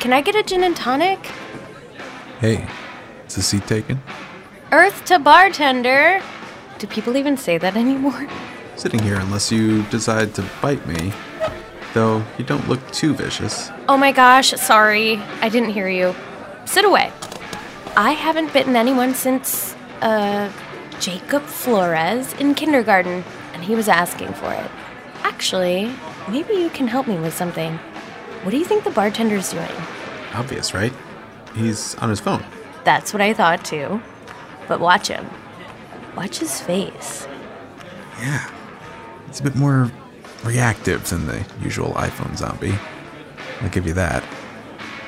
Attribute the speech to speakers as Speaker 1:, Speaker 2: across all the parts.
Speaker 1: Can I get a gin and tonic?
Speaker 2: Hey, is the seat taken?
Speaker 1: Earth to bartender! Do people even say that anymore?
Speaker 2: Sitting here unless you decide to bite me. Though you don't look too vicious.
Speaker 1: Oh my gosh, sorry. I didn't hear you. Sit away. I haven't bitten anyone since, uh, Jacob Flores in kindergarten, and he was asking for it. Actually, maybe you can help me with something. What do you think the bartender's doing?
Speaker 2: Obvious, right? He's on his phone.
Speaker 1: That's what I thought too. But watch him. Watch his face.
Speaker 2: Yeah. It's a bit more reactive than the usual iPhone zombie. I'll give you that.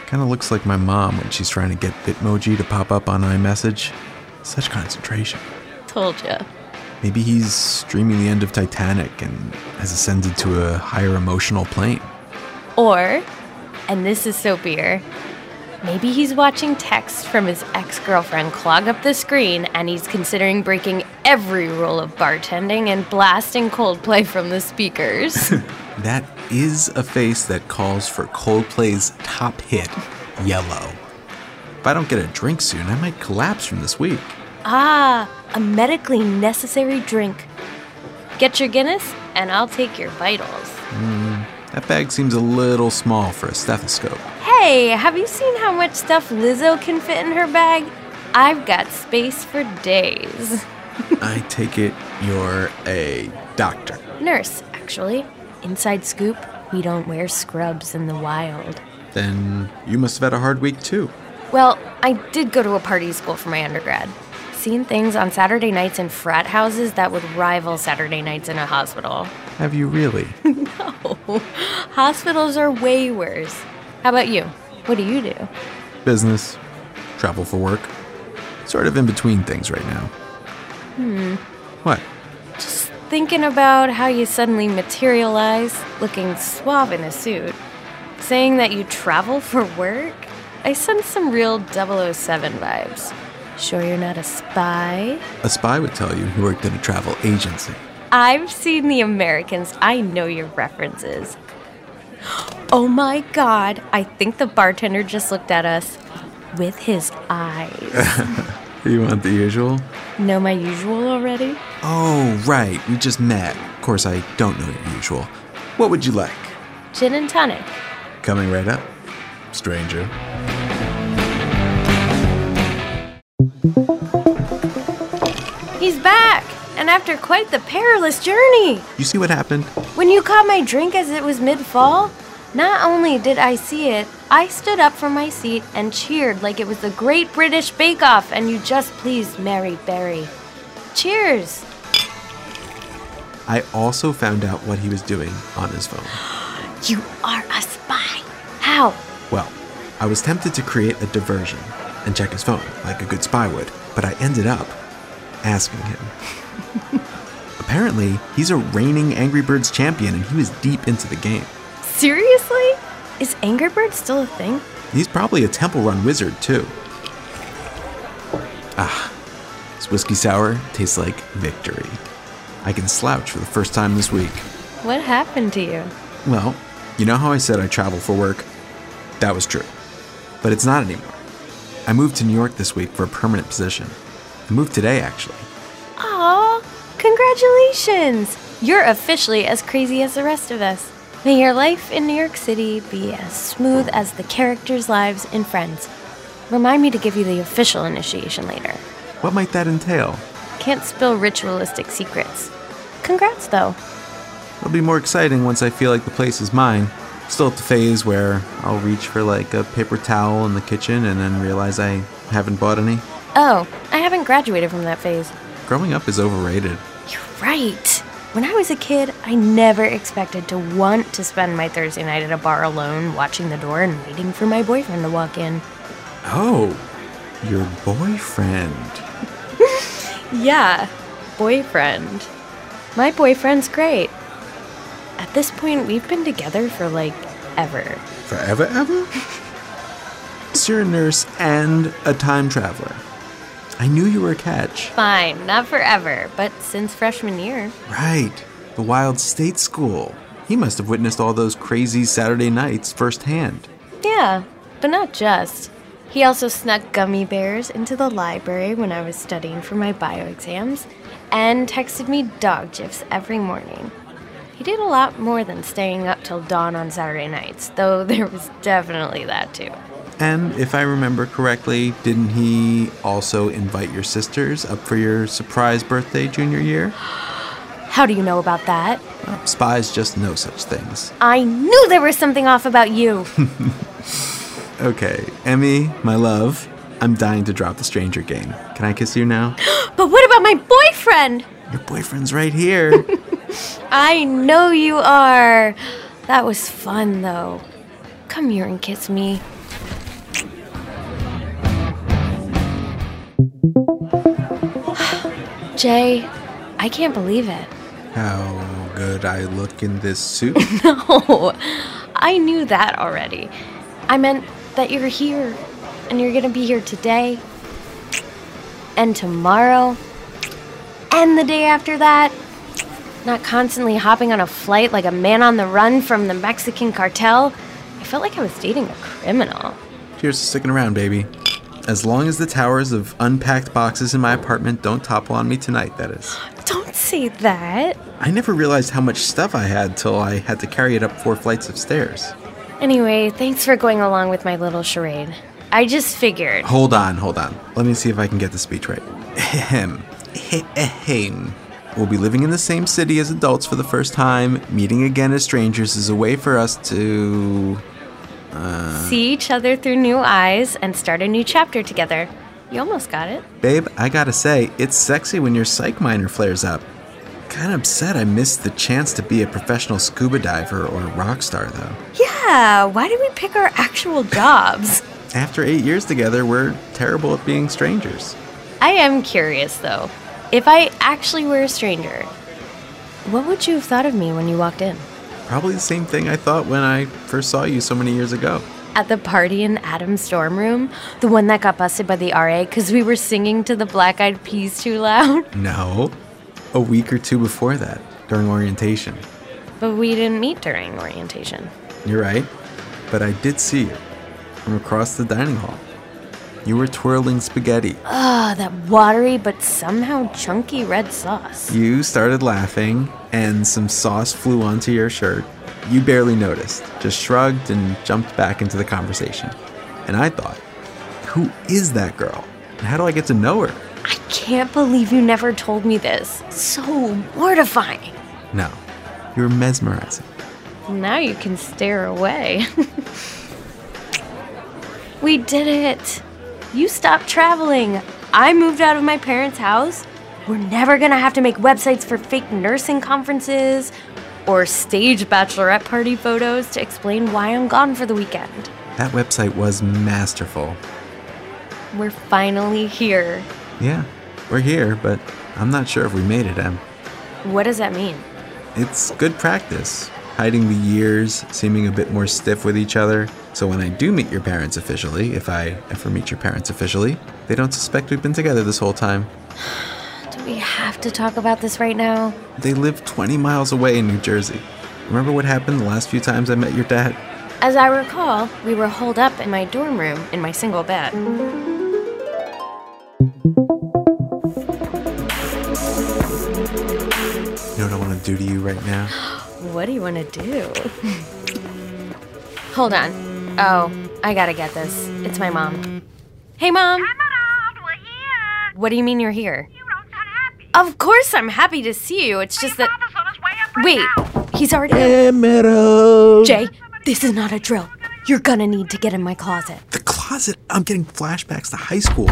Speaker 2: Kind of looks like my mom when she's trying to get Bitmoji to pop up on iMessage. Such concentration.
Speaker 1: Told ya.
Speaker 2: Maybe he's streaming the end of Titanic and has ascended to a higher emotional plane.
Speaker 1: Or, and this is soapier, maybe he's watching texts from his ex girlfriend clog up the screen and he's considering breaking every rule of bartending and blasting Coldplay from the speakers.
Speaker 2: That is a face that calls for Coldplay's top hit, Yellow. If I don't get a drink soon, I might collapse from this week.
Speaker 1: ah, a medically necessary drink. Get your Guinness and I'll take your vitals.
Speaker 2: That bag seems a little small for a stethoscope.
Speaker 1: Hey, have you seen how much stuff Lizzo can fit in her bag? I've got space for days.
Speaker 2: I take it you're a doctor.
Speaker 1: Nurse, actually. Inside scoop, we don't wear scrubs in the wild.
Speaker 2: Then you must have had a hard week too.
Speaker 1: Well, I did go to a party school for my undergrad. Seen things on Saturday nights in frat houses that would rival Saturday nights in a hospital.
Speaker 2: Have you really?
Speaker 1: Hospitals are way worse. How about you? What do you do?
Speaker 2: Business, travel for work. Sort of in between things right now. Hmm. What?
Speaker 1: Thinking about how you suddenly materialize, looking suave in a suit, saying that you travel for work? I sense some real 007 vibes. Sure, you're not a spy?
Speaker 2: A spy would tell you he worked at a travel agency.
Speaker 1: I've seen The Americans. I know your references. Oh my god, I think the bartender just looked at us with his eyes.
Speaker 2: You want the usual?
Speaker 1: know my usual already?
Speaker 2: Oh, right. We just met. Of course, I don't know your usual. What would you like?
Speaker 1: Gin and tonic.
Speaker 2: Coming right up, stranger.
Speaker 1: He's back! And after quite the perilous journey!
Speaker 2: You see what happened?
Speaker 1: When you caught my drink as it was mid fall, not only did I see it, I stood up from my seat and cheered like it was the Great British Bake Off and you just pleased Mary Berry. Cheers!
Speaker 2: I also found out what he was doing on his phone.
Speaker 1: You are a spy! How?
Speaker 2: Well, I was tempted to create a diversion and check his phone like a good spy would, but I ended up asking him. Apparently, he's a reigning Angry Birds champion and he was deep into the game.
Speaker 1: Seriously? Is Angry Bird still a thing?
Speaker 2: He's probably a Temple Run wizard, too. Ah, this whiskey sour tastes like victory. I can slouch for the first time this week.
Speaker 1: What happened to you?
Speaker 2: Well, you know how I said I travel for work? That was true. But it's not anymore. I moved to New York this week for a permanent position. I moved today, actually.
Speaker 1: Aw, congratulations! You're officially as crazy as the rest of us. May your life in New York City be as smooth as the characters' lives in Friends. Remind me to give you the official initiation later.
Speaker 2: What might that entail?
Speaker 1: Can't spill ritualistic secrets. Congrats, though.
Speaker 2: It'll be more exciting once I feel like the place is mine. Still at the phase where I'll reach for like a paper towel in the kitchen and then realize I haven't bought any.
Speaker 1: Oh, I haven't graduated from that phase.
Speaker 2: Growing up is overrated.
Speaker 1: You're right. When I was a kid, I never expected to want to spend my Thursday night at a bar alone, watching the door and waiting for my boyfriend to walk in.
Speaker 2: Oh, your boyfriend.
Speaker 1: Yeah, boyfriend. My boyfriend's great. At this point, we've been together for like ever.
Speaker 2: Forever, ever? Sir Nurse and a time traveler. I knew you were a catch.
Speaker 1: Fine, not forever, but since freshman year.
Speaker 2: Right. The Wild State School. He must have witnessed all those crazy Saturday nights firsthand.
Speaker 1: Yeah, but not just. He also snuck gummy bears into the library when I was studying for my bio exams and texted me dog gifs every morning. He did a lot more than staying up till dawn on Saturday nights, though there was definitely that too.
Speaker 2: And if I remember correctly, didn't he also invite your sisters up for your surprise birthday junior year?
Speaker 1: How do you know about that?
Speaker 2: Well, spies just know such things.
Speaker 1: I knew there was something off about you.
Speaker 2: Okay, Emmy, my love, I'm dying to drop the stranger game. Can I kiss you now?
Speaker 1: but what about my boyfriend?
Speaker 2: Your boyfriend's right here.
Speaker 1: I know you are. That was fun, though. Come here and kiss me. Jay, I can't believe it.
Speaker 2: How good I look in this suit.
Speaker 1: No, I knew that already. I meant that you're here and you're gonna be here today and tomorrow and the day after that. Not constantly hopping on a flight like a man on the run from the Mexican cartel. I felt like I was dating a criminal.
Speaker 2: Cheers to sticking around, baby. As long as the towers of unpacked boxes in my apartment don't topple on me tonight, that is.
Speaker 1: Don't say that.
Speaker 2: I never realized how much stuff I had till I had to carry it up four flights of stairs.
Speaker 1: Anyway, thanks for going along with my little charade. I just figured.
Speaker 2: Hold on, hold on. Let me see if I can get the speech right. Ahem. Ahem. We'll be living in the same city as adults for the first time. Meeting again as strangers is a way for us to.
Speaker 1: see each other through new eyes and start a new chapter together. You almost got it.
Speaker 2: Babe, I gotta say, it's sexy when your psych minor flares up. Kinda upset I missed the chance to be a professional scuba diver or a rock star, though.
Speaker 1: Yeah, why did we pick our actual jobs?
Speaker 2: After eight years together, we're terrible at being strangers.
Speaker 1: I am curious though. If I actually were a stranger, what would you have thought of me when you walked in?
Speaker 2: Probably the same thing I thought when I first saw you so many years ago.
Speaker 1: At the party in Adam's dorm room, the one that got busted by the RA because we were singing to the Black Eyed Peas too loud,
Speaker 2: No. A week or two before that, during orientation.
Speaker 1: but we didn't meet during orientation.
Speaker 2: You're right. But I did see you from across the dining hall. You were twirling spaghetti.
Speaker 1: Ah, that watery but somehow chunky red sauce.
Speaker 2: You started laughing, and some sauce flew onto your shirt. You barely noticed, just shrugged and jumped back into the conversation. And I thought, who is that girl? And how do I get to know her?
Speaker 1: I can't believe you never told me this. So mortifying.
Speaker 2: No, you were mesmerizing.
Speaker 1: Now you can stare away. we did it. You stopped traveling. I moved out of my parents' house. We're never gonna have to make websites for fake nursing conferences or stage bachelorette party photos to explain why I'm gone for the weekend.
Speaker 2: That website was masterful.
Speaker 1: We're finally here.
Speaker 2: Yeah, we're here, but I'm not sure if we made it, Em.
Speaker 1: What does that mean?
Speaker 2: It's good practice. Hiding the years, seeming a bit more stiff with each other. So when I do meet your parents officially, if I ever meet your parents officially, they don't suspect we've been together this whole time.
Speaker 1: Do we have to talk about this right now?
Speaker 2: They live 20 miles away in New Jersey. Remember what happened the last few times I met your dad?
Speaker 1: As I recall, we were holed up in my dorm room in my single bed.
Speaker 2: You know what I want to do to you right now?
Speaker 1: What do you want to do? Hold on. Oh, I gotta get this. It's my mom. Hey, mom.
Speaker 3: Come around, we're here.
Speaker 1: What do you mean you're here?
Speaker 3: You don't sound happy.
Speaker 1: Of course I'm happy to see you. It's just
Speaker 3: Your
Speaker 1: that.
Speaker 3: father's on his way up right
Speaker 1: Wait,
Speaker 3: now.
Speaker 1: he's already.
Speaker 2: Emerald!
Speaker 1: Jay, this is not a drill. You're gonna need to get in my closet.
Speaker 2: The closet! I'm getting flashbacks to high school.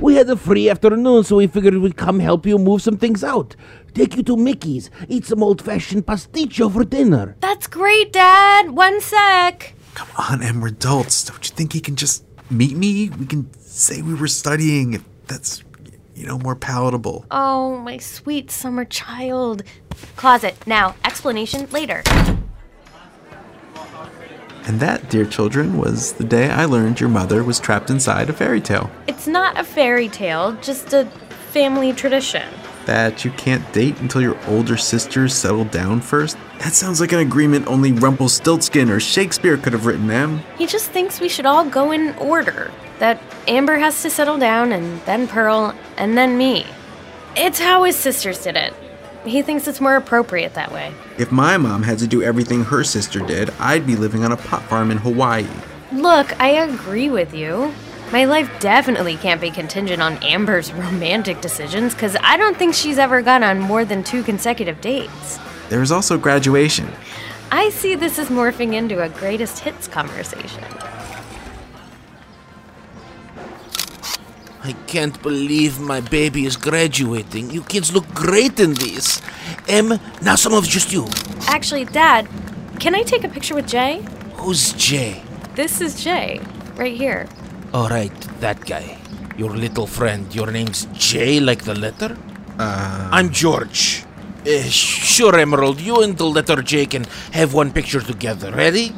Speaker 4: We had a free afternoon, so we figured we'd come help you move some things out. Take you to Mickey's, eat some old fashioned pasticcio for dinner.
Speaker 1: That's great, Dad. One sec.
Speaker 2: Come on, Em, we're adults. Don't you think he can just meet me? We can say we were studying if that's, you know, more palatable.
Speaker 1: Oh, my sweet summer child. Closet, now. Explanation later.
Speaker 2: And that, dear children, was the day I learned your mother was trapped inside a fairy tale.
Speaker 1: It's not a fairy tale, just a family tradition.
Speaker 2: that you can't date until your older sisters settle down first? That sounds like an agreement only Rumpelstiltskin or Shakespeare could have written, Em.
Speaker 1: He just thinks we should all go in order. That Amber has to settle down, and then Pearl, and then me. It's how his sisters did it. He thinks it's more appropriate that way.
Speaker 2: If my mom had to do everything her sister did, I'd be living on a pot farm in Hawaii.
Speaker 1: Look, I agree with you. My life definitely can't be contingent on Amber's romantic decisions, because I don't think she's ever gone on more than two consecutive dates.
Speaker 2: There is also graduation.
Speaker 1: I see this as morphing into a greatest hits conversation.
Speaker 5: I can't believe my baby is graduating. You kids look great in this. Em, now some of just you.
Speaker 1: Actually, Dad, can I take a picture with Jay?
Speaker 5: Who's Jay?
Speaker 1: This is Jay, right here.
Speaker 5: All right, that guy. Your little friend. Your name's Jay, like the letter? Uh, I'm George. Eh, sure, Emerald, you and the letter J can have one picture together. Ready?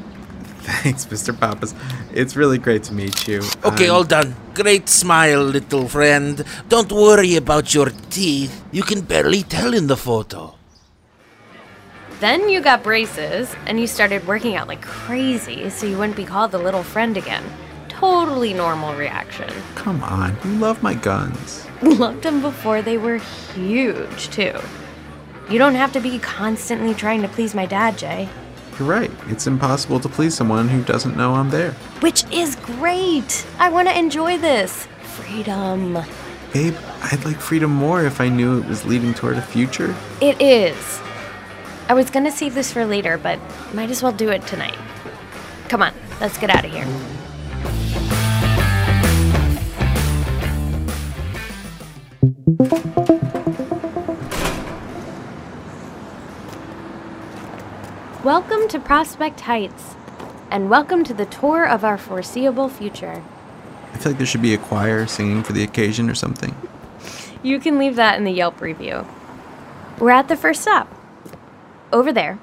Speaker 2: Thanks, Mr. Pappas. It's really great to meet you.
Speaker 5: Okay,
Speaker 2: I'm-
Speaker 5: all done. Great smile, little friend. Don't worry about your teeth. You can barely tell in the photo.
Speaker 1: Then you got braces and you started working out like crazy so you wouldn't be called the little friend again. Totally normal reaction.
Speaker 2: Come on, you love my guns.
Speaker 1: Loved them before they were huge, too. You don't have to be constantly trying to please my dad, Jay.
Speaker 2: You're right. It's impossible to please someone who doesn't know I'm there.
Speaker 1: Which is great! I want to enjoy this. Freedom.
Speaker 2: Babe, I'd like freedom more if I knew it was leading toward a future.
Speaker 1: It is. I was gonna save this for later, but might as well do it tonight. Come on, let's get out of here. Welcome to Prospect Heights, and welcome to the tour of our foreseeable future.
Speaker 2: I feel like there should be a choir singing for the occasion or something.
Speaker 1: You can leave that in the Yelp review. We're at the first stop. Over there.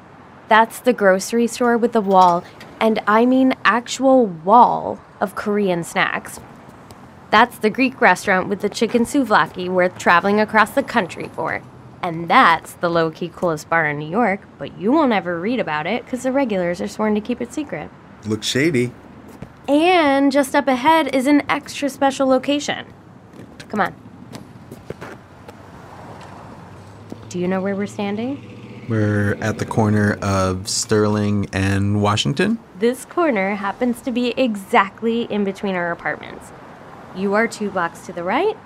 Speaker 1: That's the grocery store with the wall, and I mean actual wall of Korean snacks. That's the Greek restaurant with the chicken souvlaki worth traveling across the country for. And that's the low key coolest bar in New York, but you won't ever read about it because the regulars are sworn to keep it secret.
Speaker 2: Looks shady.
Speaker 1: And just up ahead is an extra special location. Come on. Do you know where we're standing?
Speaker 2: We're at the corner of Sterling and Washington.
Speaker 1: This corner happens to be exactly in between our apartments. You are two blocks to the right,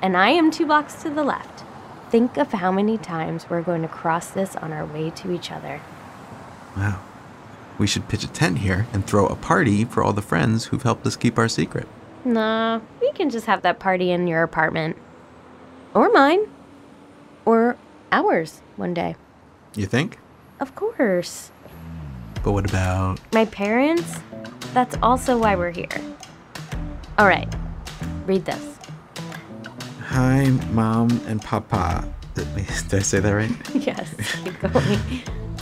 Speaker 1: and I am two blocks to the left. Think of how many times we're going to cross this on our way to each other.
Speaker 2: Wow. We should pitch a tent here and throw a party for all the friends who've helped us keep our secret.
Speaker 1: Nah, we can just have that party in your apartment. Or mine. Or ours one day.
Speaker 2: You think?
Speaker 1: Of course.
Speaker 2: But what about.
Speaker 1: My parents? That's also why we're here. All right, read this.
Speaker 2: Hi, Mom and Papa. Did I say that right?
Speaker 1: Yes, keep going.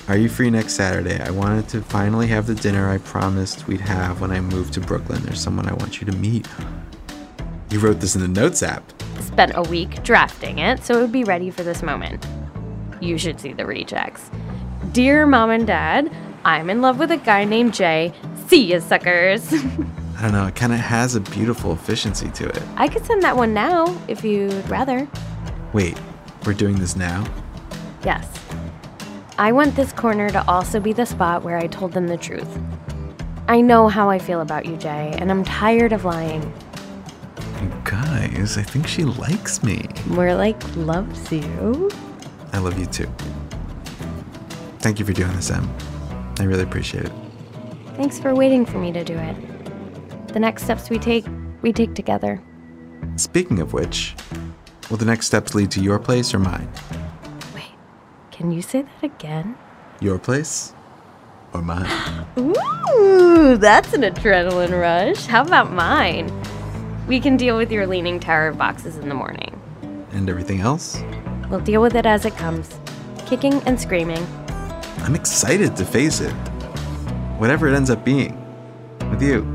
Speaker 2: Are you free next Saturday? I wanted to finally have the dinner I promised we'd have when I moved to Brooklyn. There's someone I want you to meet. You wrote this in the notes app.
Speaker 1: Spent a week drafting it, so it would be ready for this moment. You should see the rejects. Dear mom and dad, I'm in love with a guy named Jay. See ya, suckers.
Speaker 2: I don't know, it kind of has a beautiful efficiency to it.
Speaker 1: I could send that one now if you'd rather.
Speaker 2: Wait, we're doing this now?
Speaker 1: Yes. I want this corner to also be the spot where I told them the truth. I know how I feel about you, Jay, and I'm tired of lying.
Speaker 2: You guys, I think she likes me.
Speaker 1: More like loves you.
Speaker 2: I love you too. Thank you for doing this, Em. I really appreciate it.
Speaker 1: Thanks for waiting for me to do it. The next steps we take, we take together.
Speaker 2: Speaking of which, will the next steps lead to your place or mine?
Speaker 1: Wait, can you say that again?
Speaker 2: Your place or mine?
Speaker 1: Ooh, that's an adrenaline rush. How about mine? We can deal with your leaning tower of boxes in the morning.
Speaker 2: and everything else?
Speaker 1: We'll deal with it as it comes. Kicking and screaming.
Speaker 2: I'm excited to face it. Whatever it ends up being. With you.